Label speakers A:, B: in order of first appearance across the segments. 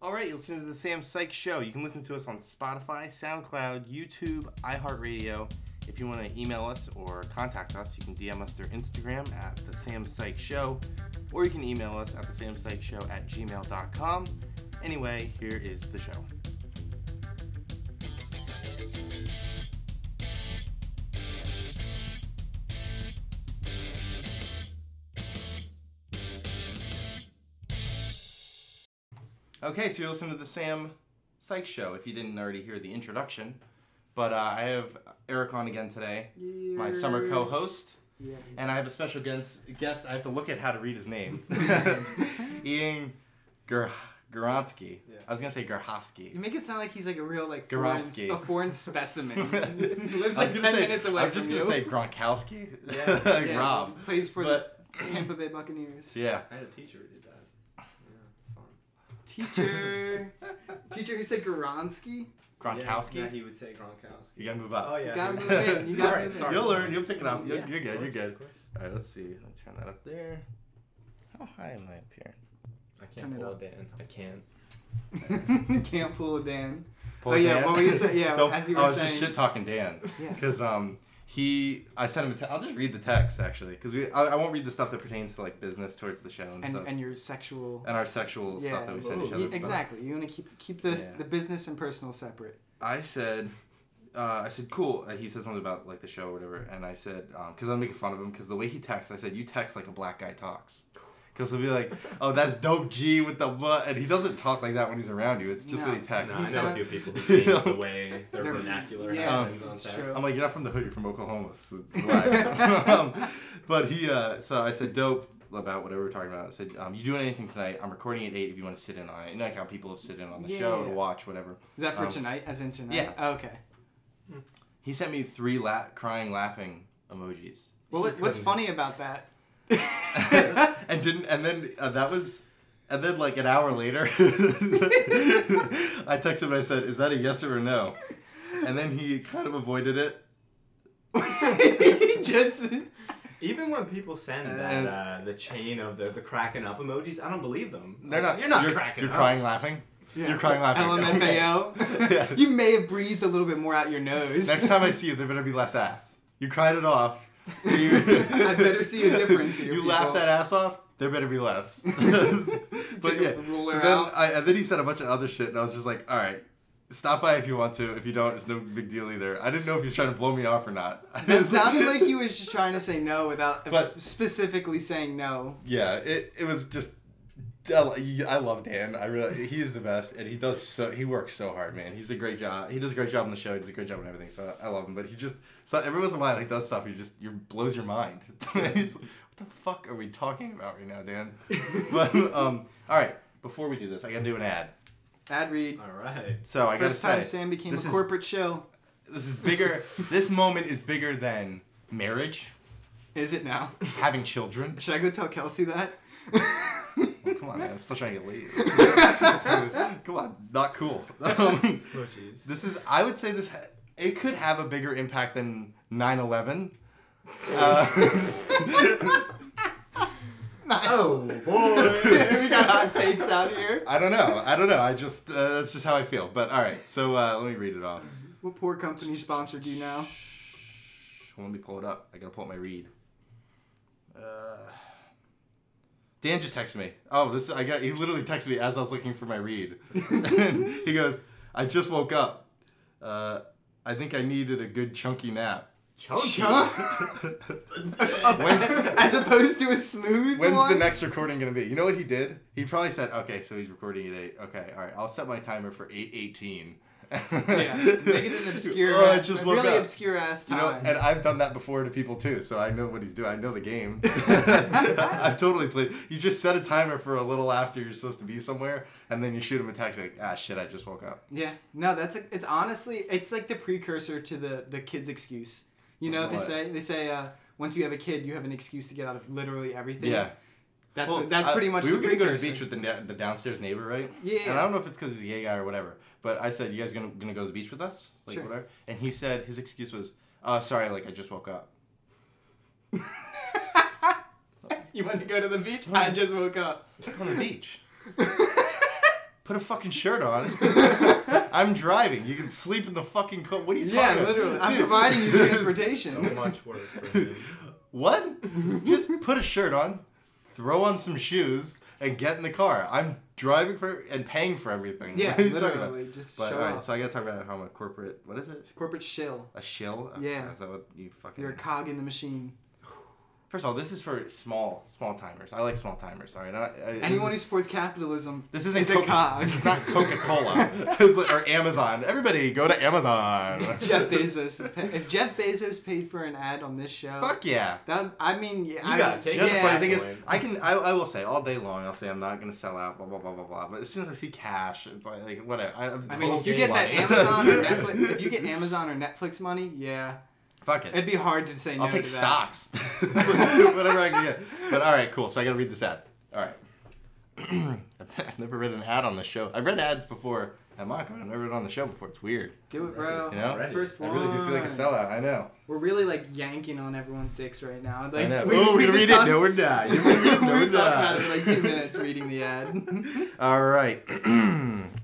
A: All right, you're listening to The Sam Sykes Show. You can listen to us on Spotify, SoundCloud, YouTube, iHeartRadio. If you want to email us or contact us, you can DM us through Instagram at The Sam Sykes Show, or you can email us at The Sam Sykes Show at gmail.com. Anyway, here is the show. Okay, so you're listening to the Sam Sykes Show. If you didn't already hear the introduction, but uh, I have Eric on again today, my summer co-host, and I have a special guest. Guest, I have to look at how to read his name. Ian Ger- Garansky. I was gonna say
B: You
A: Gerhosky.
B: make it sound like he's like a real like foreign,
A: Garotsky.
B: a foreign specimen. lives
A: I was
B: like
A: gonna
B: ten
A: say-
B: minutes away
A: I'm just
B: from
A: gonna
B: you.
A: say Gronkowski.
C: Yeah.
B: Yeah,
A: Rob.
B: he plays for
A: But
B: the Tampa Bay Buccaneers.
A: yeah,
C: I had a teacher who did that. Yeah, fun.
B: Teacher, teacher, who said Goronsky.
A: Gronkowski.
C: Yeah, yeah, he would say Gronkowski.
A: You gotta move up.
C: Oh yeah.
B: Gotta
C: he
B: move
C: would.
B: in, you gotta
C: All right,
B: move in.
C: sorry.
A: You'll learn. You'll pick it up. You'll,
B: Yeah.
A: You're
C: Of
A: good. You're
C: course,
A: good.
C: of course.
A: All right, let's see. Let's turn that up there. How high am I up here?
D: I
B: Turn
D: can't
B: it
D: pull
B: up.
D: it in. I can't.
B: Can't pull a Dan.
A: Pull
B: Oh, yeah,
A: Dan.
B: what were you say- yeah,
A: Don't-
B: as you were
A: I was just
B: saying-
A: shit talking Dan
B: Yeah.
A: because um he I sent him a te- I'll just read the text actually because we I, I won't read the stuff that pertains to like business towards the show and,
B: And
A: stuff
B: and your sexual.
A: and our sexual
B: yeah, E,
A: stuff that we send each
B: you-
A: other. but
B: exactly. You want to keep keep the
A: Yeah.
B: the business and personal separate.
A: I said. Uh, I said cool. Uh, he said something about like the show or whatever, and I said because I'm making fun of him because the way he texts, I said you text like a black guy talks, because he'll be like, oh that's dope G with the butt, and he doesn't talk like that when he's around you. It's just
B: No.
A: what he
C: No,
A: texts.
C: I know a few people
A: You
C: who
A: know?
C: change the way their
B: They're-
C: vernacular
B: yeah,
C: happens on
B: it's
C: text.
B: true.
A: I'm like, you're not from the hood, you're from Oklahoma. So relax. um, but he, uh, so I said, dope about whatever we are talking about. I said, um, you doing anything tonight? I'm recording at 8 if you want to sit in on it. You know, like how people have sit in on the
B: Yeah,
A: show
B: yeah,
A: to
B: yeah.
A: watch, whatever.
B: Is that for
A: Um,
B: tonight? As in tonight?
A: yeah.
B: okay.
A: He sent me three la- crying, laughing emojis.
B: Well, what, what's
C: couldn't-
B: funny about that?
A: and didn't, and then uh, that was. And then, like an hour later, I texted him. and I said, "Is that a yes or a no?" And then he kind of avoided it.
B: he just
C: Even when people send
A: And-
C: that uh, the chain of the, the cracking up emojis, I don't believe them.
A: They're not.
C: Oh, You're not
A: you're,
C: cracking
A: You're
C: up.
A: crying, laughing.
B: Yeah.
A: You're crying, laughing. Okay.
B: LMFAO.
A: Yeah.
B: You may have breathed a little bit more out your nose.
A: Next time I see you, there better be less ass. You cried it off. You,
B: I better see a difference here,
A: You
B: people.
A: laughed that ass off. There better be less. but
B: Take a
A: yeah.
B: ruler
A: So then,
B: out.
A: I, and then he said a bunch of other shit, and I was just like, all right. Stop by if you want to. If you don't, it's no big deal either. I didn't know if he was trying to blow me off or not.
B: That sounded like he was just trying to say no without uh,
A: But-
B: specifically saying no.
A: Yeah, it, it was just. I love Dan. I really he is the best, and he does so he works so hard, man. He's a great job. He does a great job on the show. He does a great job on everything. So I love him. But he just so every once in a while he does stuff. He just you blows your mind. He's like, what the fuck are we talking about right now, Dan? but um, all right. Before we do this, I gotta do an ad.
B: Ad read.
C: All right.
A: So I gotta
B: First time
A: say,
B: Sam became a
A: this is-
B: corporate show.
A: this is bigger. this moment is bigger than marriage,
B: Is it now?
A: having children.
B: Should I go tell Kelsey that?
A: Well, come on, man. I'm still trying to get laid. come on, not cool. Um,
C: Oh jeez.
A: this is. I would say this. Ha- it could have a bigger impact than 9/11. Uh,
B: No.
C: Oh, Boy.
B: we got Oh, hot takes out here.
A: I don't know. I don't know. I just uh, that's just how I feel. But all right. So uh, let me read it off.
B: What poor company sponsored you now?
A: Let me pull it up. I gotta pull up my read. Uh, Dan just texted me. Oh, this I got. He literally texted me as I was looking for my read. and he goes, "I just woke up. Uh, I think I needed a good chunky nap."
C: Chunky.
B: As opposed to a smooth
A: When's
B: one?
A: the next recording gonna be? You know what he did? He probably said, "Okay, so he's recording at eight. Okay, all right. I'll set my timer for eight eighteen.
B: Yeah, make it an obscure,
A: Oh, I just
B: a
A: woke
B: really
A: up.
B: obscure ass
A: You
B: time.
A: know, and I've done that before to people too, so I know what he's doing. I know the game. I've totally played. You just set a timer for a little after you're supposed to be somewhere, and then you shoot him a text like, ah, shit, I just woke up.
B: Yeah, no, that's a, it's honestly it's like the precursor to the the kid's excuse. You know, they
A: What?
B: say they say uh, once you have a kid, you have an excuse to get out of literally everything.
A: Yeah.
B: that's
A: Well,
B: that's
A: I-
B: pretty much
A: We
B: the
A: were gonna go to the
B: precursor.
A: beach with the, na- the downstairs neighbor, right?
B: Yeah.
A: And I don't know if it's because he's a gay guy or whatever, but I said, "You guys gonna gonna go to the beach with us?" Like
B: Sure.
A: whatever. And he said his excuse was, "Oh, sorry, like I just woke up."
B: You want to go to the beach? I just woke up.
A: On the beach. Put a fucking shirt on. I'm driving. You can sleep in the fucking car. What are you talking
B: yeah,
A: about?
B: literally. I'm
A: Dude.
B: providing you
C: So
B: transportation.
C: much work for him.
A: What? Just put a shirt on, throw on some shoes, and get in the car. I'm driving for and paying for everything.
B: yeah,
A: What are you talking about?
B: literally. Just
A: But
B: show
A: all right,
B: up.
A: so I gotta talk about how I'm a corporate. What is it?
B: Corporate shill.
A: A shill? Oh,
B: Yeah.
A: Is that what you fucking?
B: You're a cog in the machine.
A: First of all, this is for small small timers. I like small timers. All right. I, I, this
B: Anyone who
A: is-
B: supports capitalism.
A: This isn't
B: is a
A: Coca-
B: cog.
A: This is not Coca Cola or Amazon. Everybody, go to Amazon.
B: Jeff Bezos. Is pay- if Jeff Bezos paid for an ad on this show,
A: Fuck yeah.
B: that I mean, yeah,
C: You
B: I,
C: gotta take
A: You know
C: it.
A: the
B: yeah,
A: funny thing is,
C: Definitely.
A: I can I, I will say all day long I'll say I'm not gonna sell out blah blah blah blah blah. But as soon as I see cash, it's like like whatever. I, I'm
B: I mean, if
A: total
B: you get that
A: slut.
B: Amazon or Netflix, if you get Amazon or Netflix money, yeah,
A: fuck it.
B: it'd be hard to say no
A: I'll take
B: to that.
A: stocks. Whatever I can get. But all right, cool. So I got to read this ad. All right. I've never read an ad on the show. I've read ads before at Mock, but I've never read it on the show before. It's weird.
B: Do it, bro.
A: You know?
C: Already.
B: First
A: I
B: one.
A: really do feel like a sellout. I know.
B: We're really like yanking on everyone's dicks right now. Like,
A: I know.
B: we-
A: oh, we're gonna
B: we've been
A: read
B: talk-
A: it. No, we're not. You're gonna read
B: We've
A: it. No, we're
B: been talking about
A: not.
B: it for like two minutes reading the ad.
A: All right.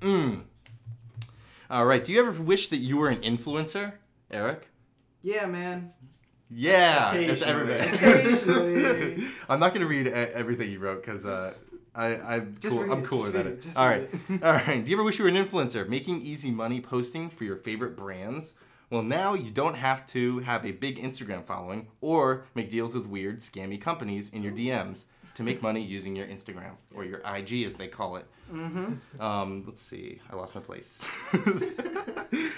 A: Mm. All right. Do you ever wish that you were an influencer, Eric?
B: yeah, man.
A: Yeah, it's
C: Occasionally.
A: everybody.
B: Occasionally.
A: I'm not gonna read e- everything you wrote because uh, I I'm
B: Just
A: cool.
B: read
A: I'm
B: it,
A: cooler
B: just
A: than
B: read
A: it.
B: it, just
A: All right,
B: read
A: all right. Do you ever wish you were an influencer, making easy money posting for your favorite brands? Well, now you don't have to have a big Instagram following or make deals with weird, scammy companies in your DMs to make money using your Instagram or your IG, as they call it. Um, let's see. I lost my place.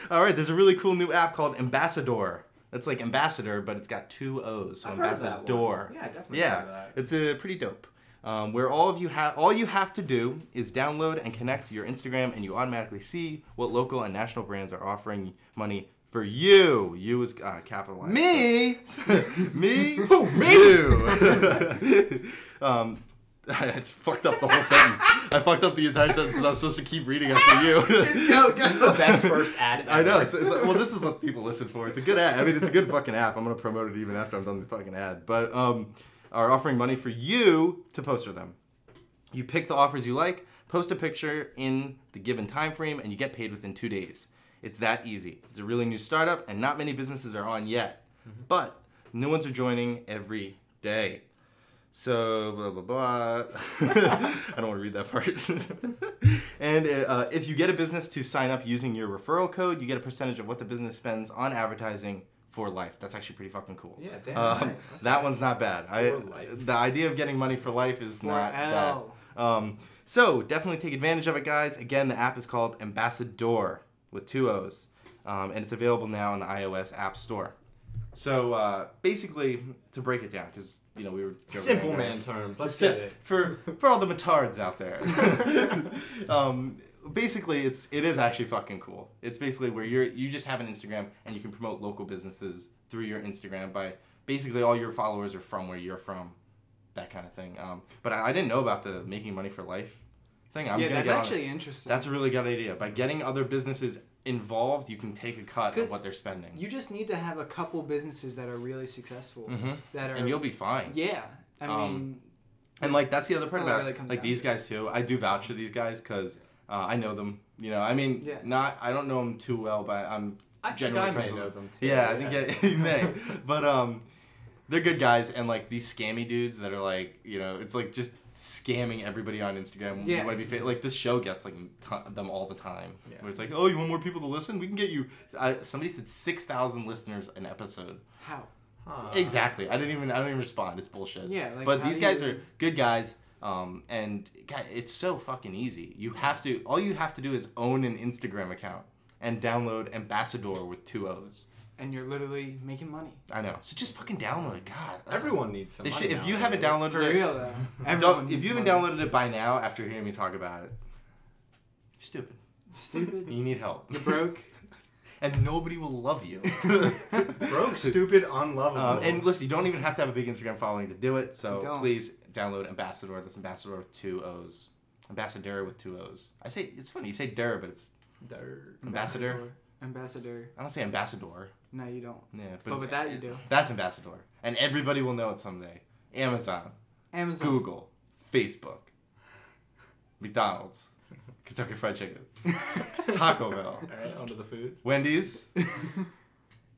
A: All right, there's a really cool new app called Ambassador. It's like ambassador, but it's got two O's. So
C: I've heard of that one.
A: ambassador.
C: Yeah, I definitely
A: Yeah,
C: heard of that.
A: it's a pretty dope. Um, where all of you have all you have to do is download and connect to your Instagram, and you automatically see what local and national brands are offering money for you. You is uh, capitalized.
B: Me.
A: me,
B: Who, me?
A: you. um, I fucked up the whole sentence. I fucked up the entire sentence because I was supposed to keep reading after you.
B: Yo, guys,
C: The best first ad.
A: I know.
C: ever.
A: It's, it's like, well, this is what people listen for. It's a good ad. I mean, it's a good fucking app. I'm gonna promote it even after I'm done the fucking ad. But um, are offering money for you to post for them. You pick the offers you like, post a picture in the given time frame, and you get paid within two days. It's that easy. It's a really new startup, and not many businesses are on yet. But new ones are joining every day. So blah blah blah. I don't want to read that part. and uh, if you get a business to sign up using your referral code, you get a percentage of what the business spends on advertising for life. That's actually pretty fucking cool.
C: Yeah, damn.
A: Um,
C: right. That's
A: that one's not bad. I,
C: For life.
A: the idea of getting money for life is not bad.
B: L.
A: Um, so definitely take advantage of it, guys. Again, the app is called Ambassador with two O's, um, and it's available now in the iOS App Store. So uh, basically, to break it down, because you know we were joking
C: Simple
A: around.
C: man terms. Let's
A: Sim-
C: get it.
A: for for all the matards out there. um, basically, it's it is actually fucking cool. It's basically where you're you just have an Instagram and you can promote local businesses through your Instagram by basically all your followers are from where you're from, that kind of thing. Um, but I, I didn't know about the making money for life thing. I'm
B: yeah,
A: gonna
B: that's
A: get on it.
B: actually interesting.
A: That's a really good idea. By getting other businesses involved, you can take a cut of
B: 'Cause
A: what they're spending,
B: you just need to have a couple businesses that are really successful.
A: Mhm.
B: That are
A: and you'll be fine.
B: yeah. I
A: Um,
B: mean,
A: And like that's the other part
B: That's all
A: about
B: it really comes
A: like
B: down
A: these guys too. I do vouch for these guys because uh, I know them. You know, I mean,
B: Yeah.
A: not I don't know them too well, but I'm
C: I think
A: generally
C: I may
A: friends with
C: know
A: them.
C: them too.
A: Yeah, I think yeah, you may, but um, they're good guys, and like these scammy dudes that are like, you know, it's like just scamming everybody on Instagram. You
B: Yeah.
A: wanna be fa- like this show gets like t- them all the time.
C: Yeah.
A: Where it's like, oh, you want more people to listen? We can get you. I, somebody said six thousand listeners an episode.
B: how?
C: Huh.
A: Exactly. I didn't even. I don't even respond. It's bullshit.
B: Um, Yeah, like,
A: but
B: how
A: these
B: do
A: guys
B: you-
A: are good guys. Um, and God, it's so fucking easy. You have to. All you have to do is own an Instagram account and download Ambassador with two O's.
B: And you're literally making money.
A: I know. So just fucking download it. God. ugh.
C: Everyone needs some.
A: They
C: money
A: should, if you haven't
C: nowadays.
A: downloaded
B: For
A: it,
B: real though. Everyone
A: don't, if
B: needs
A: you haven't
B: money.
A: downloaded it by now after hearing me talk about it, you're stupid.
B: stupid,
A: You need help.
B: you're broke.
A: and nobody will love you.
C: broke, stupid,
A: Um,
C: unlovable.
A: and listen, you don't even have to have a big Instagram following to do it.
B: Oh, You
A: So
B: don't.
A: please download Ambassador. That's Ambassador with two O's. Ambassador with two O's. I say it's funny. You say der, but it's
C: Durr.
A: ambassador.
B: Ambassador.
A: I don't say ambassador.
B: No, you don't.
A: Yeah, but
B: Oh, But
A: it's-
B: with that you do.
A: That's ambassador, and everybody will know it someday. Amazon,
B: Amazon.
A: Google, Facebook, McDonald's, Kentucky Fried Chicken, Taco Bell,
C: All right, onto the foods.
A: Wendy's,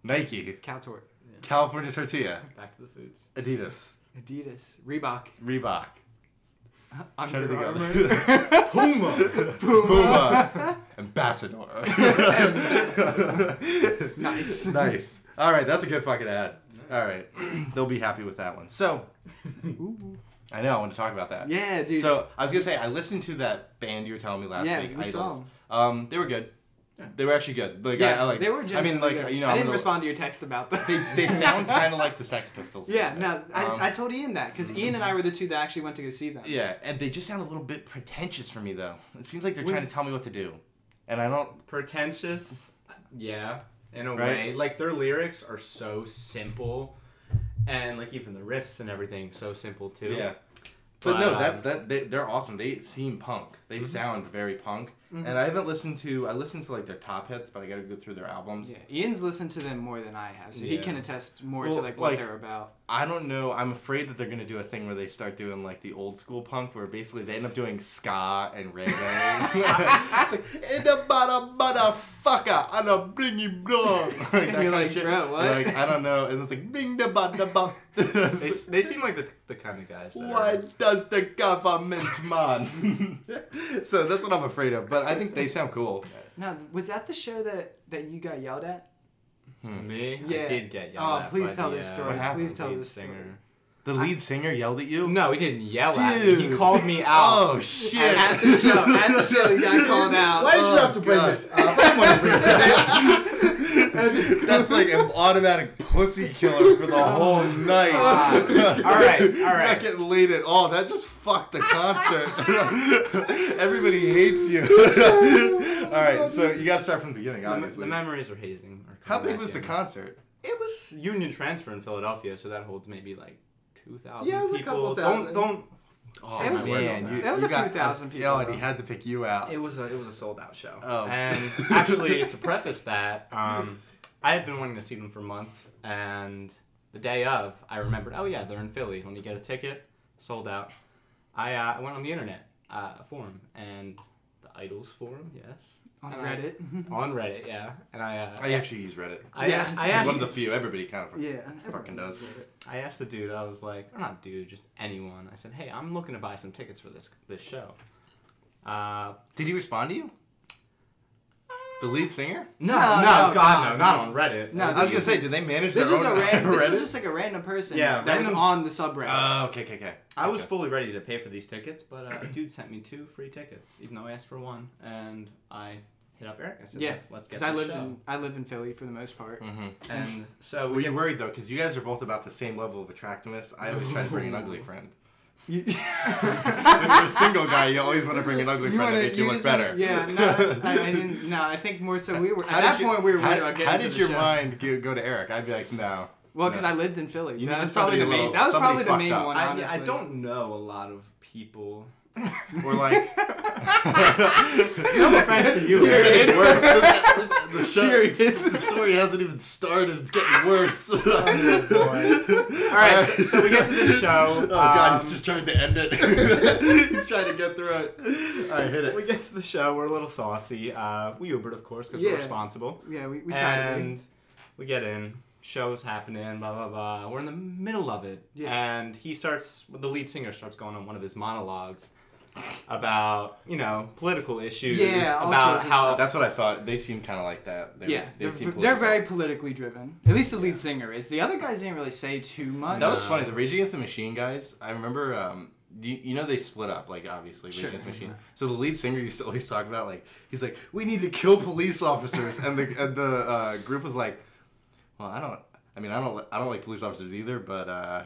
A: Nike,
B: Cow tort.
A: California Tortilla,
C: Back to the foods.
A: Adidas,
B: Adidas. Reebok.
A: Reebok, Trying to
B: Under
A: think of
B: Armour.
A: other-
C: Puma.
A: Puma, Ambassador.
B: Nice.
A: nice. All right, that's a good fucking ad. All right, they'll be happy with that one. So,
B: Ooh.
A: I know I want to talk about that.
B: Yeah, dude.
A: So I was gonna say I listened to that band you were telling me last
B: Yeah,
A: week,
B: we
A: Idols.
B: saw 'em.
A: Um, they were good. They were actually good. Like, I,
B: yeah,
A: I like.
B: they were.
A: I mean,
B: genuinely
A: like
B: good.
A: you know,
B: I
A: I'm
B: didn't
A: gonna-
B: respond to your text about that.
A: They, they sound kind of like the Sex Pistols. a
B: Yeah,
A: little
B: no,
A: bit.
B: I,
A: Um,
B: I told Ian that because Ian and I were the two that actually went to go see them.
A: yeah, and they just sound a little bit pretentious for me though. It seems like they're
B: Was-
A: trying to tell me what to do, and I don't.
C: Pretentious. Yeah, in a
A: Right?
C: way. Like their lyrics are so simple, and like even the riffs and everything so simple too.
A: Yeah. But, Mm-hmm.
C: But,
A: no,
C: um,
A: that that they, they're awesome. They seem punk. They sound very punk. And I haven't listened to I listened to like their top hits, but I got to go through their albums.
B: Yeah, Ian's listened to them more than I have, so he
C: Yeah.
B: can attest more to
A: Well,
B: like what
A: like-
B: they're about.
A: I don't know. I'm afraid that they're gonna do a thing where they start doing like the old school punk, where basically they end up doing ska and reggae. it's like in the bada motherfucker, and a bring you blood. Like that
B: You're
A: kind of
B: like,
A: shit.
B: "Bro,
A: You're
B: what?"
A: Like I don't know, and it's like bing the bada ba.
C: They,
A: It's like,
C: they seem like the, the kind of guys. That are-
A: What does the government man? so that's what I'm afraid of, but I think they sound cool.
B: Now, was that the show that that you got yelled at?
C: Me?
B: Yeah.
C: I did get
B: Oh,
C: yelled at.
B: please
C: by
B: tell
C: the,
B: this
C: uh,
B: story.
A: What happened?
B: Please tell
C: lead
B: this story.
C: singer.
A: The lead singer yelled at you.
C: No, he didn't yell at me. He called me out.
A: Oh shit!
B: At the show, at the show, you got called out.
C: Why did
A: Oh,
C: you have to bring
A: God.
C: this up? I wanna bring this up.
A: That's like an automatic pussy killer for the whole night.
C: God. All right, all
A: You're Not
C: right.
A: getting laid at all. That just fucked the concert. Everybody hates you. all right, so you got to start from the beginning,
C: The, the
A: obviously.
C: memories are hazing. are
A: How
C: coming
A: big
C: back
A: was the
C: in.
A: concert?
C: It was Union Transfer in Philadelphia, so that holds maybe like two thousand
B: Yeah, it was a
C: people.
B: couple thousand.
C: Don't don't.
A: Oh
B: It was-
A: man, you,
B: that was
A: you
B: a few
A: got,
B: thousand
A: Yeah,
B: people,
A: and he had to pick you out.
C: It was a it was a sold out show.
A: Oh.
C: And actually, to preface that, um, I had been wanting to see them for months, and the day of, I remembered, oh yeah, they're in Philly. Let me get a ticket. Sold out. I uh, I went on the internet uh, forum and the Idols forum, yes,
B: On
A: Uh,
C: And I-
B: Reddit.
C: on Reddit, yeah. And I uh,
A: I actually use Reddit.
C: I, uh,
B: Yeah,
C: I
B: it's
A: It's
C: asked
A: one of the few. Everybody kind of.
B: yeah,
A: Fucking does.
C: I asked the dude, I was like, or not dude, just anyone. I said, hey, I'm looking to buy some tickets for this this show. Uh,
A: Did he respond to you? The lead singer?
C: no,
B: No,
C: no,
B: no,
C: God,
B: no,
C: no, not on Reddit.
B: No,
A: I was gonna say, did they manage
B: This
A: their
B: was
A: own
B: a random.
A: Reddit?
B: This was just like a random person.
C: Yeah,
B: that was
C: random-
B: on the subreddit.
A: Oh, okay, okay, okay.
C: I was
A: Gotcha.
C: fully ready to pay for these tickets, but uh, a dude sent me two free tickets, even though I asked for one, and I hit up Eric. I said,
B: Yeah,
C: let's, let's get
B: Because
C: this
B: I lived
C: show.
B: in I live in Philly for the most part.
C: And so
A: Were
C: we
A: you worried though? Because you guys are both about the same level of attractiveness. I always try to bring an ugly friend.
B: You,
A: When you're a single guy, you always want to bring an ugly
B: you
A: friend
B: wanna-
A: to make you, look
B: just wanna-
A: better.
B: Yeah, no, that's- I, I didn't. No, I think more so we were
A: How
B: at
A: did
B: that
A: you-
B: point we were
A: How
B: worried
A: did,
B: about
A: how
B: getting
A: did
B: to
A: your
B: the show.
A: mind go, go to Eric? I'd be like, no.
B: Well, because
A: No.
B: I lived in Philly.
A: You
B: That
A: needed
B: was probably the
A: somebody a
B: main.
A: little-
B: That was probably
A: somebody
B: the main
A: fucked up.
B: one.
C: I, I
B: Honestly,
C: don't know a lot of people.
A: Or like,
C: no offense to you.
A: it's
C: Eric.
A: getting worse. This- this- the, show-
B: Period.
A: the story hasn't even started. It's getting worse.
C: Oh, All right, so, so we get to this show.
A: Oh god,
C: um,
A: he's just trying to end it. he's trying to get through it. All right, hit
C: We
A: it.
C: get to the show. We're a little saucy. Uh, we Ubered, of course, because
B: Yeah.
C: we're responsible.
B: Yeah, we, we tried
C: and
B: it.
C: we get in. Show's happening. Blah blah blah. We're in the middle of it,
B: Yeah.
C: and he starts. The lead singer starts going on one of his monologues about you know political issues.
B: Yeah, all
C: about
B: sorts of
C: how
A: That's what I thought. They seem kind of like that. They,
B: Yeah,
A: they
B: they're,
A: seem
B: they're
A: political.
B: very politically driven. At least the lead singer is. The other guys didn't really say too much.
A: That was
C: Uh,
A: funny. The Rage Against the Machine guys. I remember. Um, do you, you know they split up? Like obviously, Rage
B: Sure.
A: Against the Machine. So the lead singer used to always talk about like he's like, we need to kill police officers, and the and the uh, group was like, well, I don't. I mean, I don't. li- I don't like police officers either, but. uh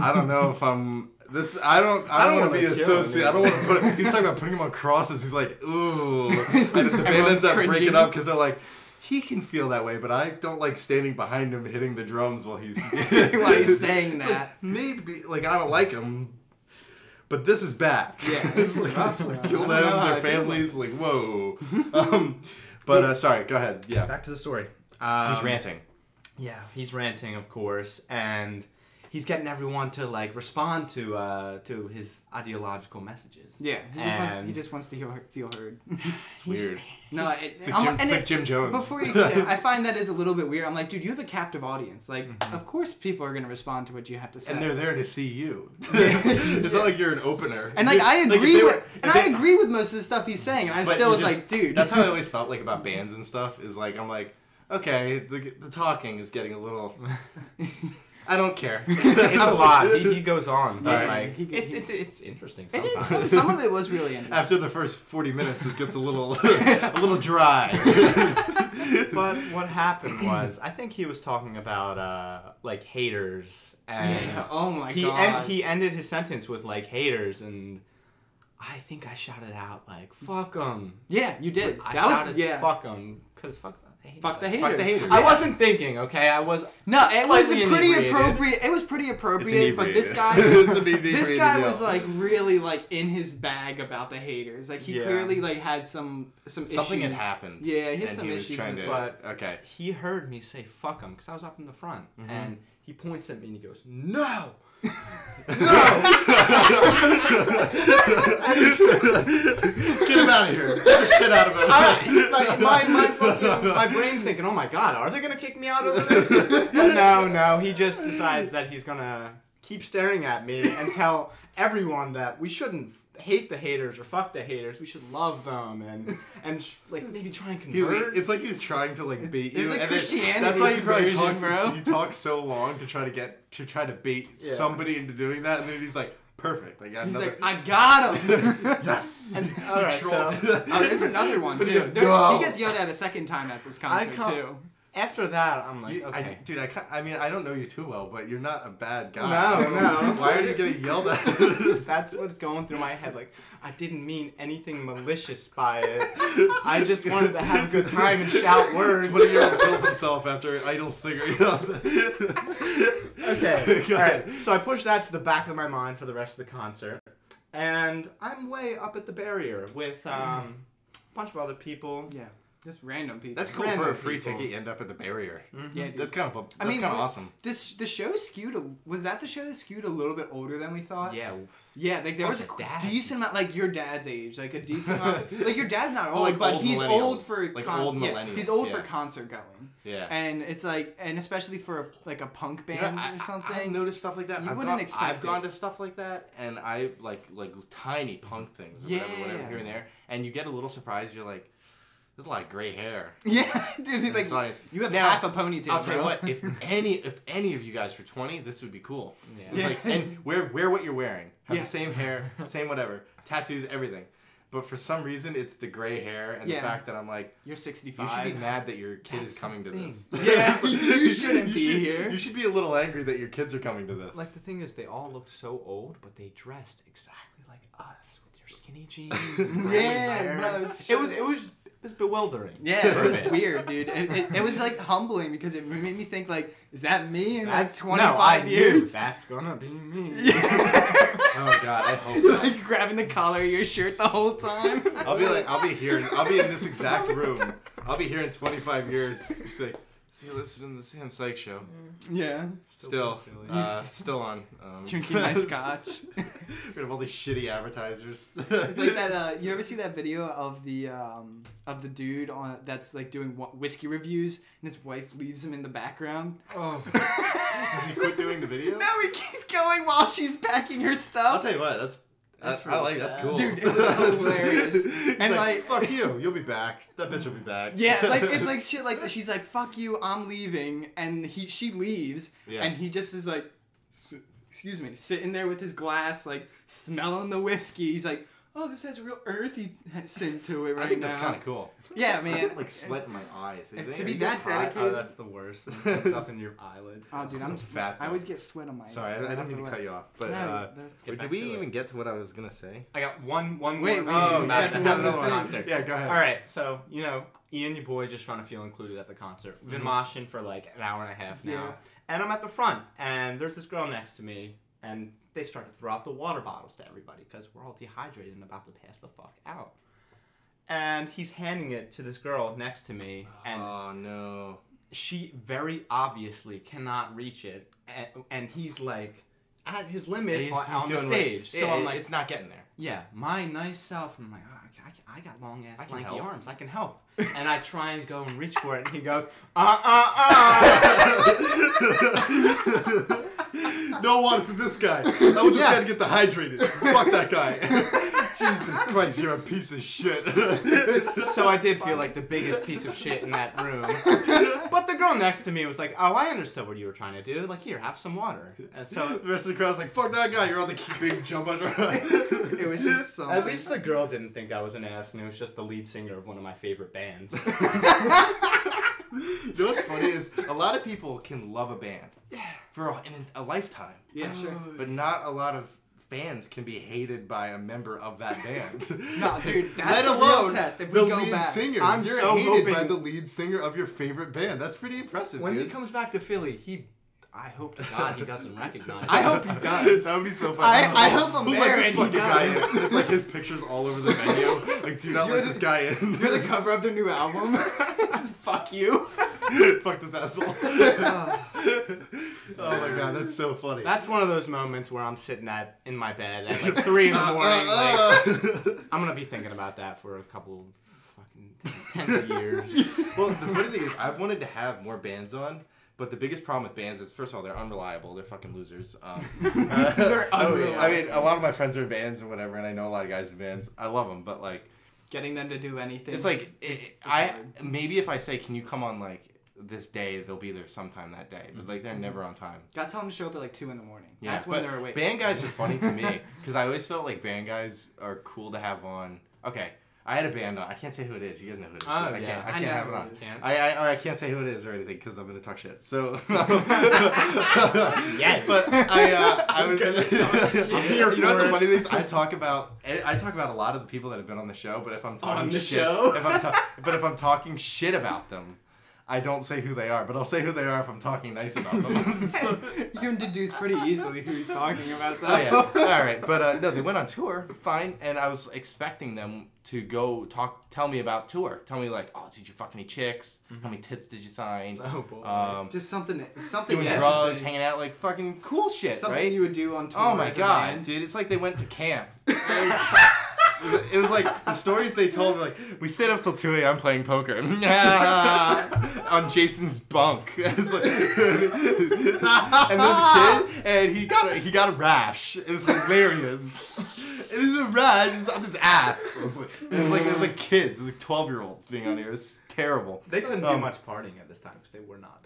A: I don't know if I'm this. I don't. I
C: I
A: don't,
C: don't
A: want to
C: wanna
A: be
C: kill
A: associated. I don't
C: anyone.
A: want to put. He's talking about putting him on crosses. He's like, ooh. And the band
B: Everyone's
A: ends up breaking
B: cringing.
A: up because they're like, he can feel that way, but I don't like standing behind him hitting the drums while he's
B: While he's saying
A: It's
B: that.
A: Like, maybe like I don't like him, but this is bad.
B: Yeah,
A: it's
B: this
A: like,
B: is rough,
A: it's like
B: man.
A: kill
B: I don't know
A: them,
B: how
A: their
B: I feel about
A: families. Like whoa. Um, but uh, sorry, go ahead. Yeah,
C: back to the story. Um,
A: ranting.
C: Yeah, he's ranting, of course, and he's getting everyone to like respond to uh, to his ideological messages.
B: Yeah, he just wants he
C: And-
B: just wants to hear, feel heard.
A: It's weird.
B: No, it,
A: It's like
B: I'm-
A: Jim,
B: and
A: it's
B: it-
A: like Jim Jones.
B: Before you, yeah, I find that is a little bit weird. I'm like, dude, you have a captive audience. Like, of course people are gonna respond to what you have to say.
A: Mm-hmm. and they're there to see you.
B: Yeah.
A: it's not like you're an opener.
B: And, like I
A: Like, if
B: agree
A: they were-
B: with,
A: if
B: and I
A: they-
B: agree with most of the stuff he's saying, and I
A: but
B: still
A: you
B: was
A: just-
B: like, dude,
A: That's how I always felt like about bands and stuff. Is like I'm like, okay, the, the talking is getting a little. I don't care.
C: it's a lot. He, he goes on, but
A: Yeah,
C: like
B: he-
C: it's it's it's interesting
B: It is-
C: sometimes.
B: some, some of it was really interesting.
A: After the first forty minutes, it gets a little a little dry.
C: but what happened was, I think he was talking about uh, like haters, and
B: Yeah, oh my
C: he
B: god.
C: en- he ended his sentence with like haters, and I think I shouted out like "fuck them."
B: yeah, you did.
C: I
B: that
C: shouted
B: was yeah. Fuck,
C: "fuck them" because fuck the haters.
B: the haters.
A: Fuck the haters.
C: I wasn't thinking. Okay, I was.
B: No, it was
C: slightly
B: pretty
C: inebriated.
B: appropriate. It was pretty
A: It's
B: appropriate, but this
A: inebriated.
B: guy,
A: It's an
B: this
A: inebriated
B: guy
A: yell.
B: was like really like in his bag about the haters. Like he
C: Yeah.
B: clearly like had some some
A: Something had
B: issues.
A: happened.
B: Yeah, he had
A: and
B: some
A: he was
B: issues
A: trying
B: with
A: to.
C: but-
A: okay.
C: he heard me say fuck him because I was up in the front
B: Mm-hmm.
C: and he points at me and he goes, No! no!
A: Get him out of here. Get the shit out of him.
C: I, like, my, my, fucking, my brain's thinking, Oh my god, are they gonna kick me out over this? no, no, he just decides that he's gonna keep staring at me and tell everyone that we shouldn't f- hate the haters or fuck the haters, we should love them and, and sh- like maybe try and
A: He,
C: convert.
A: it's like he was trying to like bait you.
B: it's like
A: and it-
B: Christianity
A: that's why he probably
B: conversion,
A: talks.
B: bro.
A: You talk so long to try to get to try to bait somebody into doing that, and then he's like, "Perfect, I got
B: He's
A: another."
B: like, I got him.
A: yes.
C: And- all right,
A: Troll.
C: so-
B: oh, there's another one
A: But
B: too.
A: he goes,
B: There-
A: "No."
B: He gets yelled at a second time at this
C: I
B: concert
C: can't-
B: too.
C: After that, I'm like,
A: You-
C: okay.
A: I, dude, I, ca- I mean, I don't know you too well, but you're not a bad guy.
C: No, no.
A: Why are you getting yelled at?
C: That's what's going through my head. Like, I didn't mean anything malicious by it. I just wanted to have a good time and shout words.
A: One year old kills himself after idle singer yells.
C: Okay.
A: Go
C: All right.
A: ahead.
C: So I pushed that to the back of my mind for the rest of the concert, and I'm way up at the barrier with um, a bunch of other people.
B: Yeah, just random people.
A: That's cool
C: Random
A: for a free
C: people.
A: ticket. You end up at the barrier.
B: Yeah, dude.
A: Mm-hmm. That's kind of. That's
B: I mean,
A: kind of
B: what-
A: awesome.
B: This the show skewed. A, was that the show that skewed a little bit older than we thought?
C: Yeah.
B: Yeah, like there was a
C: Bunch of dads.
B: decent amount, like your dad's age, like a decent amount. Like your dad's not old,
A: like
B: but
A: old
B: he's
A: millennials.
B: old for
A: Like old
B: yeah,
A: millennials,
B: he's old
A: yeah.
B: for concert going.
A: Yeah.
B: And it's like, and especially for like a punk band
A: You know, I,
B: or
A: I, I've
B: something.
A: noticed stuff like that.
B: You
A: I've,
B: wouldn't
A: gone,
B: expect
A: I've gone
B: it.
A: to stuff like that, and I like like tiny punk things or whatever, whatever
B: Yeah.
A: here and there, and you get a little surprised. You're like, there's a lot of gray hair.
B: yeah, dude, he's
A: It's not-
B: like
A: it's-
B: you have
A: Now,
B: half a ponytail.
A: I'll tell you
B: bro.
A: what, if any if any of you guys were 20, this would be cool.
C: Yeah.
A: It's like, and wear wear what you're wearing. Have
B: Yeah.
A: the same hair, same whatever, tattoos, everything. But for some reason, it's the gray hair and
B: Yeah.
A: the fact that I'm like,
B: You're 65.
A: you should be mad that your kid is
C: That's
A: coming to
C: the thing.
A: this.
B: Yeah,
A: It's like,
B: you shouldn't be
A: should-
B: here.
A: You should be a little angry that your kids are coming to this.
C: Like the thing is, they all looked so old, but they dressed exactly like us with their skinny jeans. and gray
B: Yeah,
C: hair.
B: no,
C: it was it was it was bewildering.
B: Yeah, it was
A: Perfect.
B: weird, dude. It, it, it was like humbling because it made me think like, is that me in like
C: That's
B: 25
C: no, I Knew
B: years?
C: that's gonna be me.
A: oh god, I hope not.
B: like grabbing the collar of your shirt the whole time.
A: I'll be like, I'll be here. I'll be in this exact room. I'll be here in 25 years. Just like, so you're listening to the Sam Psych Show.
B: Mm. yeah,
A: Still,
C: Still
A: uh, still on. Um,
B: drinking my scotch.
A: We have all these shitty advertisers.
B: It's like that. Uh, you ever see that video of the um, of the dude on that's like doing wh- whiskey reviews, and his wife leaves him in the background.
C: Oh,
A: Does he quit doing the video?
B: No, he keeps going while she's packing her
A: I'll
B: stuff.
A: tell you what. That's.
C: That's
A: That's I, I
C: really
A: like that's
C: sad.
A: cool.
B: Dude, it was hilarious.
A: It's
B: And
A: like,
B: like-
A: fuck you, you'll be back. That bitch will be back.
B: Yeah, like it's like shit. Like that. she's like, "Fuck you, I'm leaving," and he she leaves,
A: Yeah.
B: and he just is like, s- "Excuse me," sitting there with his glass, like smelling the whiskey. He's like, "Oh, this has a real earthy scent to it right
A: I think
B: now."
A: that's kind of cool.
B: Yeah,
A: I
B: man.
A: get like sweat in my eyes.
B: And
A: Is
B: to
A: it-
B: be
A: are you guys
B: that
A: hot?
B: dedicated-
C: oh, that's the worst. When it comes up in your eyelids.
B: Oh, dude,
A: I'm
B: I'm
A: fat,
B: I always
A: though.
B: get sweat on my.
A: Sorry, I, I didn't mean to cut you off. But
B: No,
A: uh,
B: that's-
C: Get
A: did
C: back
A: we
C: to it.
A: even get to what I was gonna say?
C: I got one one
B: Wait,
C: more.
B: wait, Oh,
A: yeah,
C: about
A: it's
C: that
A: not another
B: one.
C: concert.
A: Yeah, go ahead.
C: All right, so you know, Ian, your boy, just trying to feel included at the concert. We've been
A: Mm-hmm.
C: moshing for like an hour and a half now,
B: Yeah.
C: and I'm at the front, and there's this girl next to me, and they start to throw out the water bottles to everybody because we're all dehydrated and about to pass the fuck out.
A: Uh-huh.
C: And he's handing it to this girl next to me, and
A: oh no.
C: she very obviously cannot reach it, and, and he's like at his limit
A: He's,
C: on,
A: he's
C: on the
A: doing
C: stage.
A: What,
C: so
A: yeah,
C: I'm
A: it-
C: like,
A: it's not getting there.
C: yeah, my nice self. I'm like, "Ah, I, I, I got long ass
A: can
C: lanky
A: help."
C: arms. I can help. And I try and go and reach for it, and he goes, uh uh uh.
A: no water for this guy. I would just
C: Yeah.
A: had to get dehydrated. Fuck that guy. Jesus Christ, you're a piece of shit.
C: so I did feel like the biggest piece of shit in that room. But the girl next to me was like, oh, I understood what you were trying to do. Like, here, have some water. And so
A: the rest of the crowd's like, fuck that guy. You're on the big jumbo drive.
B: It was just something.
C: At least the girl didn't think I was an ass, and it was just the lead singer of one of my favorite bands.
A: You know what's funny is a lot of people can love a band for a, in a lifetime,
B: yeah, sure.
A: but not a lot of fans can be hated by a member of that band.
B: No, dude, that's
A: Let
B: the real
A: alone
B: test, if we
A: the
B: go
A: lead
B: back.
A: singer.
C: I'm
A: You're
C: so
A: hated by
C: hoping-
A: the lead singer of your favorite band. That's pretty impressive,
C: when
A: dude.
C: he comes back to Philly, he, I hope to God he doesn't recognize.
B: I hope
C: me.
B: he does.
A: that would be so funny.
B: I- I hope I'm
A: Who
B: there
A: let this
B: and he
A: fucking guy in?
B: does.
A: It's like his pictures all over the venue. Like, do not
B: You're
A: let
B: the-
A: this guy in.
B: You're the cover of their new album. Just fuck you.
A: Fuck this asshole. oh my god, that's so funny.
C: That's one of those moments where I'm sitting at in my bed at like three in
A: Uh,
C: the morning. like, I'm gonna be thinking about that for a couple fucking ten years.
A: well, the funny thing is, I've wanted to have more bands on, but the biggest problem with bands is, first of all, they're unreliable. They're fucking losers. Um,
B: They're
A: oh, yeah.
B: unreliable.
A: I mean, a lot of my friends are in bands and whatever, and I know a lot of guys in bands. I love them, but like,
B: Getting them to do anything.
A: it's like it, I maybe if I say, "Can you come on like this day?" They'll be there sometime that day, but like they're
B: Mm-hmm.
A: never on time.
B: gotta tell them to show up at like two in the morning.
A: Yeah,
B: That's when
A: but
B: they're awake.
A: Band guys are funny to me because I always felt like band guys are cool to have on. Okay, I had a band on. I can't say who it is. You guys know who it is.
C: Oh,
A: I
C: yeah.
A: can't. I
B: I
A: can't
B: know
A: have
B: who
A: it
B: it
A: on.
B: is.
C: Can't.
A: I, I or I can't say who it is or anything because I'm gonna talk shit. So.
C: Yes.
A: But I uh, I
C: I'm
A: was.
C: gonna talk shit. I'm here
A: you know what
C: for
A: the
C: it.
A: funny thing is? I talk about eh, I I talk about a lot of the people that have been on the show, but if I'm talking
C: the
A: shit,
C: show?
A: if I'm ta- but if I'm talking shit about them. I don't say who they are, but I'll say who they are if I'm talking nice about them. so,
B: you can deduce pretty easily who he's talking about. Though.
A: oh yeah. All right, but uh, no, they went on tour, fine, and I was expecting them to go talk, tell me about tour, tell me like, oh, did you fuck any chicks? How many tits did you sign?
C: Oh, boy.
A: Um,
B: Mm-hmm. Just something, that- something
A: doing
B: interesting.
A: drugs, hanging out, like fucking cool shit,
B: something
A: right?
B: you would do on tour.
A: oh my
B: as a
A: god,
B: band.
A: dude, it's like they went to camp. It was, it was like the stories they told were like, we stayed up till two a.m. playing poker on Jason's bunk. It's like- and there's a kid, and he got a, he got a rash. It was hilarious. It is a rash. It's on his ass. It was like it was like, it was like kids. It was like twelve year olds being on here. It's terrible.
C: They couldn't
A: Um,
C: do much partying at this time because they were not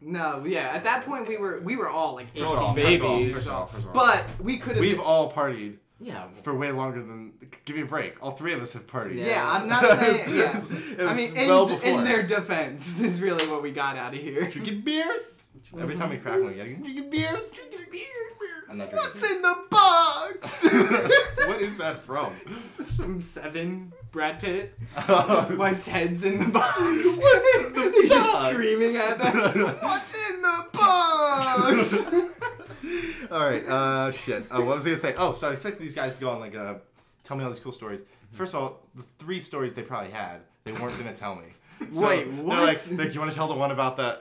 C: 21.
B: No, yeah. At that point, we were we were all like
C: First of
B: eighteen
C: all,
B: babies,
A: first of all, first of all, first of all.
B: but we could have.
A: we've all partied
C: Yeah.
A: for way longer than. Give me a break. All three of us have partied.
B: yeah,
C: Yeah.
B: I'm not saying.
A: It
B: Yeah.
A: was- it
B: I
A: was
B: mean, in,
A: well
B: th-
A: before.
B: in their defense is really what we got out of here.
A: drinking beers. Every time we crack one, we gotta drinking beers. Drinking beers. I'm not drinking
B: What's
A: beers.
B: in the box?
A: what is that from?
B: It's from Seven. Brad Pitt. His
A: Um,
B: wife's head's in the box.
A: What's in the
B: He's just
A: box?
B: screaming at them. What's in the box?
A: all right. Uh, shit. Oh, what was I gonna say? Oh, so I expected these guys to go on like uh, tell me all these cool stories.
B: Mm-hmm.
A: First of all, the three stories they probably had, they weren't gonna tell me.
B: Wait,
A: they're
B: what?
A: Like, like, you want to tell the one about the?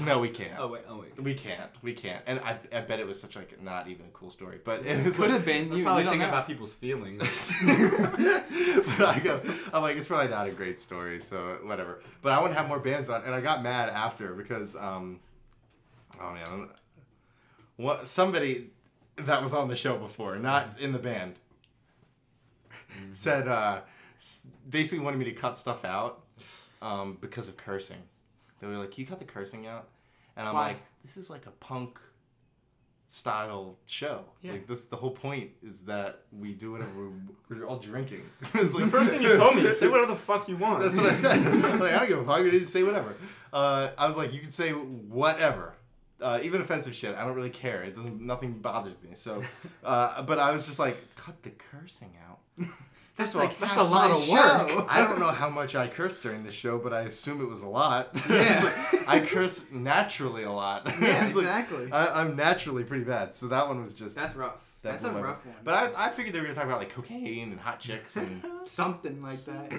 A: No, we can't.
C: Oh wait. Oh wait.
A: We can't. We can't. And I, I bet it was such like not even a cool story, but it was
B: Could
A: like,
B: have been. You,
C: You,
B: we
C: probably
B: don't
C: thinking
B: know.
C: about people's feelings.
A: but I go, I'm like, it's probably not a great story, so whatever. But I want to have more bands on, and I got mad after because, um, oh man, I'm- what somebody that was on the show before,
C: Mm.
A: not in the band,
C: Mm-hmm.
A: said uh, s- basically wanted me to cut stuff out um, because of cursing. They were like, "Can you cut the cursing out?" And I'm
B: Why?
A: like, "This is like a punk." style show.
C: Yeah.
A: Like this, the whole point is that we do whatever we're, we're all drinking. it's like,
C: the first thing you told me, say whatever the fuck you want.
A: That's what I said. like I don't give a fuck. You just say whatever. Uh, I was like, you can say whatever, uh, even offensive shit. I don't really care. It doesn't. Nothing bothers me. So, uh, but I was just like, cut the cursing out. First
C: That's
A: of all,
C: like that's a
B: half
C: lot
B: my
C: of work.
B: show.
A: I don't know how much I cursed during the show, but I assume it was a lot. It's like, I curse naturally a lot.
B: Yeah,
A: It's like, uh,
B: exactly.
A: I, I'm naturally pretty bad, so that one was just
B: That's rough.
A: That
B: That's
A: blew
B: a
A: my
B: rough
A: mind.
B: one.
A: But I, I figured they were gonna talk about like cocaine and hot chicks and
B: Something like that.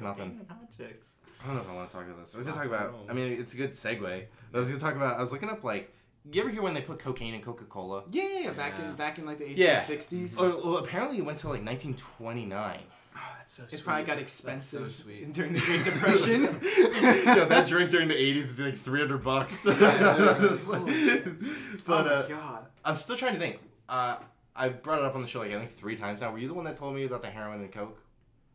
A: nothing.
C: Hot chicks.
A: I don't know if I want to talk about this. I was gonna
C: Rock
A: talk about.
C: and roll.
A: I mean, it's a good segue. But I was gonna talk about. I was looking up like, you ever hear when they put cocaine in Coca Cola?
B: Yeah, yeah, yeah, back
C: Yeah.
B: in back in like the 1860s.
A: Yeah.
B: Oh,
A: Oh, well, apparently it went till like 1929.
C: Oh, that's so
B: It probably got expensive
C: That's so sweet.
B: during the Great Depression.
A: yeah, that drink during the 80s would be like 300 bucks.
B: yeah, yeah.
A: It's like-
B: oh
A: but
B: my
A: uh,
B: god.
A: I'm still trying to think. Uh, I brought it up on the show like I think three times now. Were you the one that told me about the heroin and coke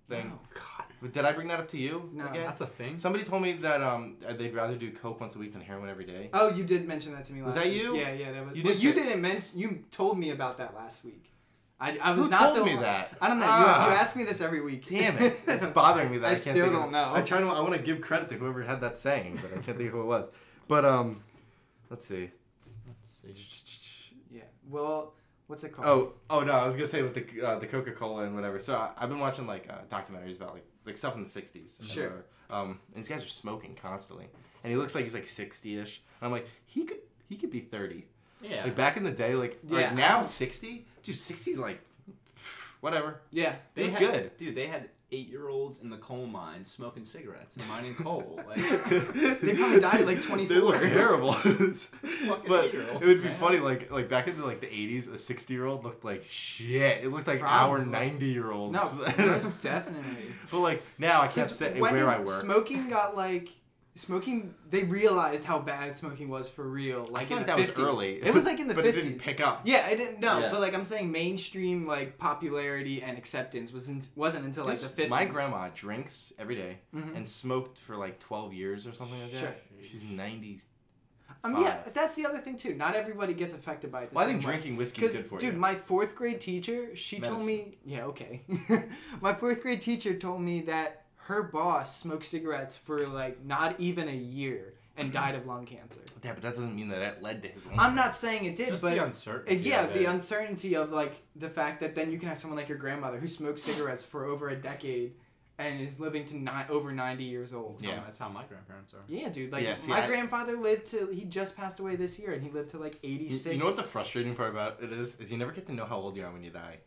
A: thing?
B: No.
C: God,
A: Did I bring that up to you
B: No.
A: again?
C: that's a thing.
A: Somebody told me that um they'd rather do coke once a week than heroin every day.
B: Oh, you did mention that to me last
A: Was that
B: week.
A: you?
B: Yeah, yeah, that was.
A: You
B: You, well,
A: did
B: you
A: say-
B: didn't mention. You told me about that last week. I, I was
A: Who
B: not
A: told
B: the
A: me
B: one-
A: that?
B: I don't know. You-
A: Ah.
B: you, ask me this every week.
A: Damn it! It's bothering me that I,
B: I
A: can't
B: still
A: think of
B: don't
A: it.
B: know.
A: I try to. I want to give credit to whoever had that saying, but I can't think of who it was. But um, let's see.
C: Let's see.
B: yeah. Well, what's it called?
A: Oh, oh no! I was gonna say with the uh, the Coca Cola and whatever. So I, I've been watching like uh, documentaries about like like stuff in the '60s. and
B: Sure.
A: whatever. Um, and these guys are smoking constantly, and he looks like he's like 60ish. And I'm like, he could he could be 30.
C: Yeah.
A: Like back in the day, like yeah.
B: Yeah.
A: like now 60, dude, 60's like whatever.
B: Yeah.
A: They
C: had,
A: good.
C: dude. They had eight-year-olds in the coal mines smoking cigarettes and mining coal. Like,
A: they
B: probably died at, like,
A: They look
B: 24.
A: terrible. but it
C: eight-year-olds,
A: would be
C: man.
A: funny, like like back in the like the 80s, a 60 year old looked like shit. It looked like our
B: Probably.
A: 90 year olds.
B: No, most definitely.
A: But like now, I can't
B: 'Cause
A: say
B: when
A: where I
B: did
A: work.
B: Smoking got like smoking. They realized how bad smoking was for real. Like
A: I feel
B: in
A: like
B: the
A: that
B: 50s.
A: was early.
B: It was like in the
A: but
B: 50s.
A: it didn't pick up.
B: Yeah, I didn't know,
A: Yeah.
B: but like I'm saying, mainstream like popularity and acceptance was in, wasn't until like the
A: Yes,
B: fifties.
A: My grandma drinks every day
B: Mhm.
A: and smoked for like 12 years or something like that.
C: Sure.
A: She's 90.
B: Um, yeah,
A: five.
B: but that's the other thing too. Not everybody gets affected by it. The
A: Well, I
B: same
A: think
B: way.
A: drinking whiskey is
B: Because,
A: good for
B: dude,
A: you.
B: my fourth grade teacher, she told me, yeah, okay. my fourth grade teacher told me that her boss smoked cigarettes for like not even a year
A: Mm-hmm.
B: and died of lung cancer.
A: yeah, but that doesn't mean that that led to his. lung
B: I'm not saying it did,
C: just
B: but
C: the uncertainty.
B: And yeah,
C: of
B: the
C: it.
B: uncertainty of like the fact that then you can have someone like your grandmother who smoked cigarettes for over a decade and is living to ni- over 90 years old.
A: Yeah.
C: Oh, that's how my grandparents are.
B: Yeah, dude. Like
A: Yeah, see,
B: my
A: I-
B: grandfather lived to he just passed away this year and he lived to like
A: You-
B: 86.
A: You know what the frustrating part about it is? Is you never get to know how old you are when you die.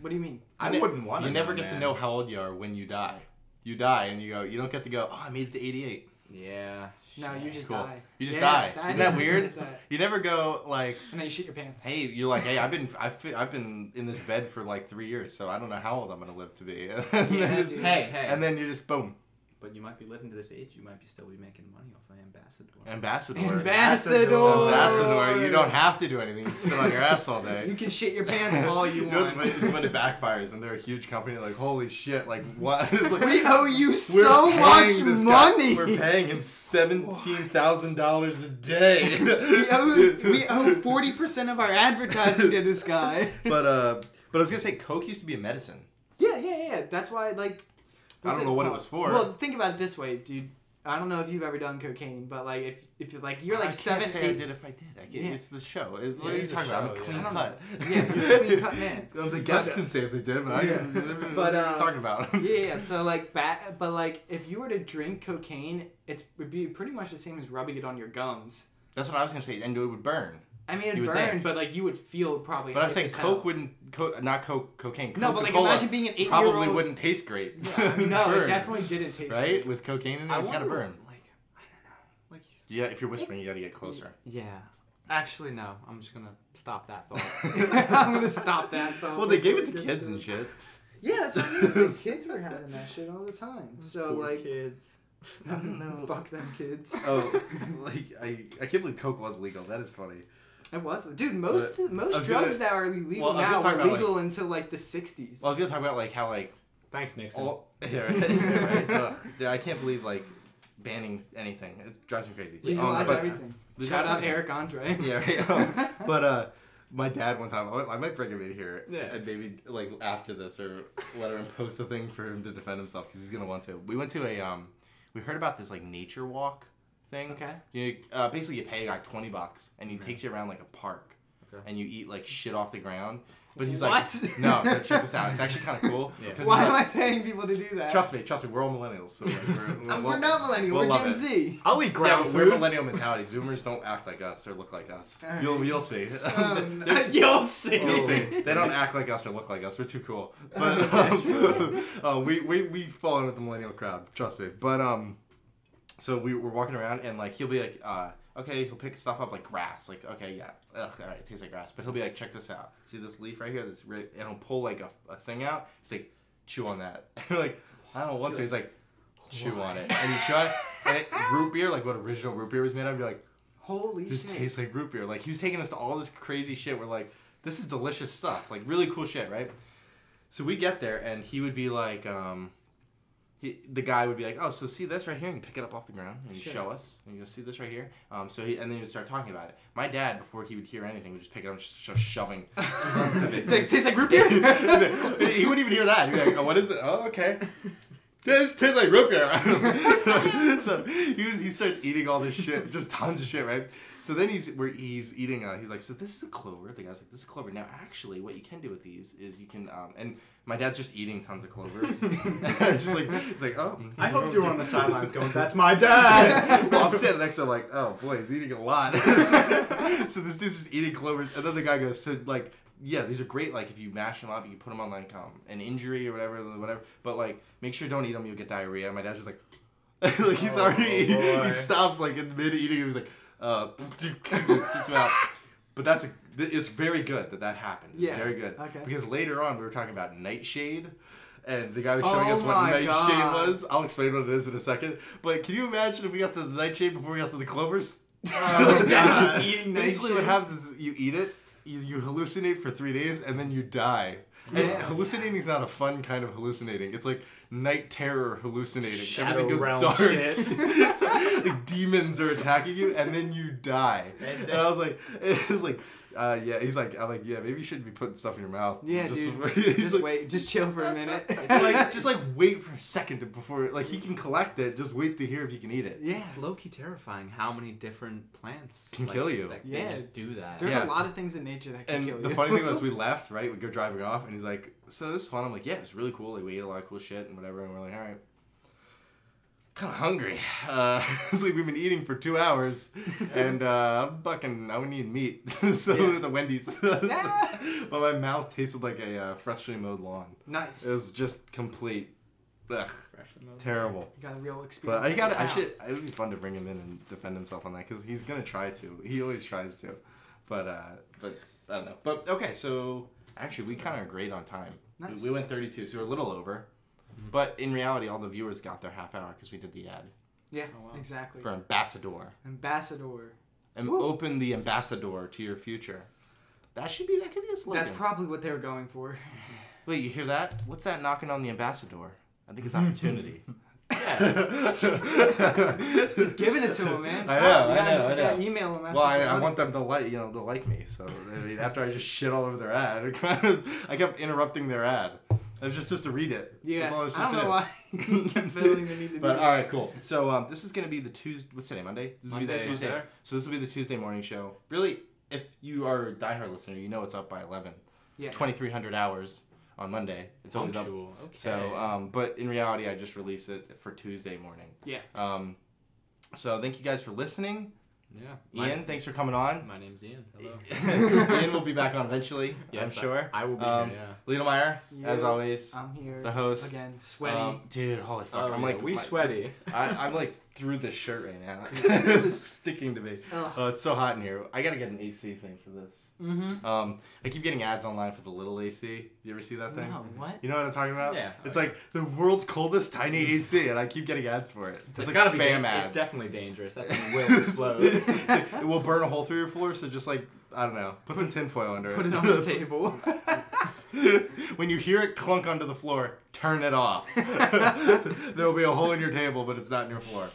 B: What do you mean?
C: I
A: ne-
C: wouldn't wanna
A: You never
C: know,
A: get to
C: man.
A: know how old you are when you die. You die and you go. You don't get to go. Oh, I made it to eighty-eight.
C: Yeah.
B: No, you just
A: Cool.
B: die.
A: You just
B: Yeah,
A: die.
B: that
A: Isn't that
B: is-
A: weird?
B: that-
A: You never go like,
B: And then you shit your pants.
A: hey, you're like, hey, I've been, I've, fi- I've been in this bed for like three years, so I don't know how old I'm gonna live to be. and, then,
B: dude.
C: Hey, hey.
A: and then you're just boom,
C: but you might be living to this age. You might be still be making money off of ambassador.
A: ambassador.
B: Ambassador.
A: Ambassador. You don't have to do anything. You can sit on your ass all day.
B: You can shit your pants all you
A: know, it's
B: want.
A: when- it's when it backfires and they're a huge company. Like, holy shit! Like, what? It's like,
B: we owe you
A: We're
B: so
A: paying
B: much
A: this guy-
B: money.
A: we're paying him seventeen thousand dollars a day.
B: we owe we owe 40% of our advertising to this guy.
A: But uh, but I was gonna say, coke used to be a medicine.
B: Yeah, yeah, yeah. That's why, like,
A: I don't know what it was for.
B: Well, think about it this way, dude. I don't know if you've ever done cocaine, but like, if if you're like you're
A: I
B: like
A: can't
B: seven,
A: say I
B: eight,
A: did if I did. I can't,
B: Yeah.
A: It's the show. It's, what
C: Yeah,
A: are
C: it
A: you
C: is a
A: talking about? I'm a
C: show,
A: clean
B: yeah. I don't
A: cut.
B: yeah, you're a clean cut man.
A: Well, the guests can say if they did, but uh, I
B: Yeah.
A: can't. But what
B: But,
A: are you
B: uh,
A: talking about?
B: Yeah, yeah. So like, bat, but like, if you were to drink cocaine, it would be pretty much the same as rubbing it on your gums.
A: That's what I was gonna say. And it would burn.
B: I mean, it'd
A: You would
B: burn,
A: think.
B: but like, you would feel probably.
A: But I'm
B: high
A: saying
B: as
A: coke
B: hell.
A: wouldn't, co- not coke, cocaine.
B: No, but like,
A: Coca-Cola
B: imagine being an eight-year-old-
A: Probably wouldn't taste great.
B: Yeah, I mean, no, it
A: Burn,
B: definitely didn't taste
A: Right, with cocaine in it,
C: I
A: it's gotta
C: wonder,
A: burn.
C: Like, I don't know. Like,
A: Yeah, if you're whispering, you gotta get closer.
C: yeah. Actually, no. I'm just gonna stop that thought.
B: I'm gonna stop that. Though,
A: Well, they gave
B: before
A: it to
B: gets
A: kids and shit.
B: Yeah, that's what I mean. Like, kids were having that shit all the time. So
C: Poor
B: like,
C: kids.
A: I don't know.
B: fuck them kids.
A: Oh, like I, I can't believe coke was legal. That is funny.
B: It was, dude. Most
A: I
B: most
A: was gonna-
B: drugs that are illegal
A: Well, I was
B: now
A: gonna talk
B: were
A: about, like-
B: legal until like the '60s.
A: Well, I was gonna talk about like how like
C: Thanks, Nixon.
A: all yeah, right, yeah, right. Ugh, dude, I can't believe like banning anything. It drives me crazy.
B: we
A: Um,
B: legalized
A: but-
B: everything.
A: There's
B: Shout
A: also-
B: out Eric Andre.
A: Yeah, right. Um, but uh, my dad one time, I I might bring him in here,
C: Yeah.
A: and maybe like after this or whatever, and post a thing for him to defend himself because he's gonna want to. We went to a um, we heard about this like nature walk thing.
B: Okay.
A: You uh, basically you pay like twenty bucks, and he takes you around like a park,
C: Okay.
A: and you eat like shit off the ground. But he's
B: What?
A: like, no, no, check this out. It's actually kind of cool.
C: Yeah.
A: 'Cause he's
B: Why am
A: like-
B: I paying people to do that?
A: Trust me, trust me. We're all millennials. So like, we're, we're,
B: I'm,
A: we'll-
B: we're not millennial.
A: we'll
B: we're
A: love
B: Gen
A: it.
B: Z.
C: I'll eat
A: Yeah,
C: ground
A: but we're
C: food.
A: millennial mentality. Zoomers don't act like us or look like us.
B: All right.
A: You'll you'll see.
B: Um,
A: There's-
C: You'll see.
A: You'll see. They don't act like us or look like us. We're too cool. But um, uh, we, we we fall in with the millennial crowd. Trust me. But um, so we were walking around and like he'll be like, uh, okay, he'll pick stuff up like grass. Like okay, yeah, Ugh, all right, it tastes like grass. But he'll be like, check this out. See this leaf right here? This re-, and he'll pull like a, a thing out. He's like, chew on that. And we're like, I don't want to. He's like, chew on it. And you try and it, root beer, like what original root beer was made of. You're like
B: Holy
A: this
B: shit.
A: tastes like root beer. Like he was taking us to all this crazy shit. We're like, this is delicious stuff. Like really cool shit, right? So we get there and he would be like, um, he, the guy would be like, oh, so see this right here, and pick it up off the ground and you
B: Sure.
A: show us, and you go see this right here. Um, so he, and then he would start talking about it. My dad, before he would hear anything, would just pick it up, and just, just shoving tons of it.
B: It's like, tastes like root beer.
A: he wouldn't even hear that. He'd be like, oh, what is it? Oh, okay. This tastes like root beer. so he, was, he starts eating all this shit, just tons of shit, right? So then he's where he's eating. Uh, he's like, so this is a clover. The guy's like, this is clover. Now, actually, what you can do with these is you can. Um, and my dad's just eating tons of clovers. It's just like it's like oh.
C: I hope you were on the sidelines going, that's my dad.
A: well, I'm standing next to him like, oh boy, he's eating a lot. so, this dude's just eating clovers, and then the guy goes, so like, yeah, these are great. Like if you mash them up, you can put them on like um, an injury or whatever, whatever. But like, make sure you don't eat them, you'll get diarrhea. And my dad's just like, like he's
C: Oh,
A: already,
C: boy.
A: he stops like in mid eating, and he's like, uh, spits them out. But that's a, th- it's very good that that happened. It's
B: Yeah.
A: very good.
B: Okay.
A: Because later on we were talking about nightshade. And the guy was showing
B: Oh
A: us what
B: my
A: nightshade
B: God.
A: was. I'll explain what it is in a second. But can you imagine if we got to the nightshade before we got to the clovers?
B: Oh,
A: Like,
B: God.
A: just eat-
B: eating
A: Basically, what
B: nightshade.
A: happens is you eat it, you, you hallucinate for three days, and then you die. And
B: Yeah.
A: hallucinating is not a fun kind of hallucinating. It's like night terror hallucinating.
C: Shadow
A: Everything goes
C: realm
A: dark.
C: shit.
A: It's like, like demons are attacking you, and then you die.
C: And
A: And,
C: then-
A: I was like, it was like, uh, yeah. He's like, I'm like, yeah. Maybe you shouldn't be putting stuff in your mouth.
B: yeah,
A: Just
B: dude.
A: before- he's
B: Just
A: like,
B: wait. Just chill for a minute.
A: it's like just like wait for a second before like he can collect it. Just wait to hear if you can eat it.
B: yeah.
C: It's low key terrifying how many different plants
A: Can kill you.
C: That,
B: Yeah.
C: They just do that.
B: There's
A: Yeah.
B: a lot of things in nature that can
A: And
B: kill you.
A: the funny thing was, we left, right? We go driving off, and he's like, "So this is fun." I'm like, "Yeah, it's really cool. Like, we ate a lot of cool shit and whatever." And we're like, "All right, kind of hungry. Uh, it's like we've been eating for two hours, and uh, I'm fucking, I would need meat." so
B: Yeah.
A: the Wendy's,
B: Yeah.
A: but my mouth tasted like a uh, freshly mowed lawn.
B: nice.
A: It was just complete, ugh, terrible.
B: you got a real experience.
A: But I got.
B: it.
A: I should. It would be fun to bring him in and defend himself on that because he's gonna try to. He always tries to. But uh, but I don't know. But okay, so actually we kind of agreed on time. We-
B: Nice. Mm-hmm.
A: We, went 32, so we're a little over. But in reality, all the viewers got their half hour because we did the ad
B: Yeah.
C: Oh, wow.
B: Exactly.
A: for Ambassador
B: Ambassador.
A: and
B: Woo.
A: open the Ambassador to your future. That should be. That could be a slogan.
B: That's probably what they were going for.
A: Wait, you hear that? What's that knocking on the Ambassador? I think it's opportunity.
B: He's giving it to him, man.
A: I
B: Stop.
A: know, I know,
B: You gotta-
A: I
B: you gotta
A: know.
B: Email him. ask
A: Well, I,
B: him for
A: I
B: money.
A: want them to like you know to like me. So I mean, after I just shit all over their ad, it kind of- I kept interrupting their ad. I was just supposed to read it.
B: Yeah.
A: That's all I was
B: I
A: supposed
B: don't know
A: to
B: why. he kept feeling the need to
A: do. But uh,
B: do
A: all right, cool. So um, this is gonna be the Tuesday. What's today? Monday. This will be the
C: Monday,
A: Tuesday.
C: sir.
A: So this will be the Tuesday morning show. Really, if you are a diehard listener, you know it's up by eleven.
B: Yeah.
A: Twenty three hundred hours on Monday. It's always up.
C: Punctual. Okay.
A: So, um, but in reality, I just release it for Tuesday morning.
B: Yeah.
A: Um, so thank you guys for listening.
C: yeah. My-
A: Ian, thanks for coming on.
C: My name's Ian. Hello.
A: Ian will be back on eventually,
C: Yes,
A: I'm sure.
C: I, I will be
A: Um,
C: here. Yeah.
A: Lena Meyer, as
B: Yeah.
A: always.
B: I'm here.
A: The host.
B: Again. Sweaty.
A: Um, dude, holy fuck.
C: Oh,
A: I'm
C: yeah,
A: like,
C: we
A: my-
C: sweaty.
A: I, I'm like through this shirt right now. it's sticking to me.
B: Ugh.
A: Oh, it's so hot in here. I gotta get an AC thing for this.
B: mm-hmm.
A: Um, I keep getting ads online for the little AC. You ever see that thing?
B: No, what?
A: You know what I'm talking about?
C: Yeah.
A: uh, It's like the world's coldest tiny AC, and I keep getting ads for it. It's, like
C: gotta be
A: spam
C: dan-
A: ads.
C: It's definitely dangerous. That thing will explode.
A: It's like, it will burn a hole through your floor, so just like, I don't know, put some tinfoil under
B: Put
A: it.
B: it on the table.
A: when you hear it clunk onto the floor, turn it off. there will be a hole in your table, but it's not in your floor.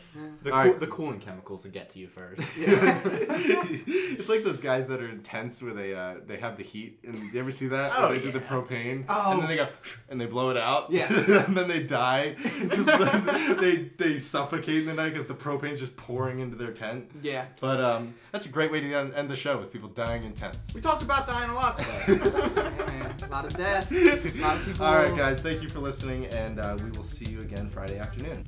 C: The,
A: All
C: coo-
A: right.
C: the cooling chemicals will get to you first.
A: it's like those guys that are in tents where they uh, they have the heat and you ever see that? Where
C: Oh,
A: they do the
C: yeah.
A: propane
B: Oh.
A: and then they go and they blow it out.
B: Yeah.
A: and then they die. 'Cause they they suffocate in the night because the propane's just pouring into their tent.
B: Yeah.
A: But um, that's a great way to end, end the show with people dying in tents.
C: we talked about dying a lot today.
B: Yeah, man. A lot of death.
A: All
B: people-
A: right, guys, thank you for listening, and uh, we will see you again Friday afternoon.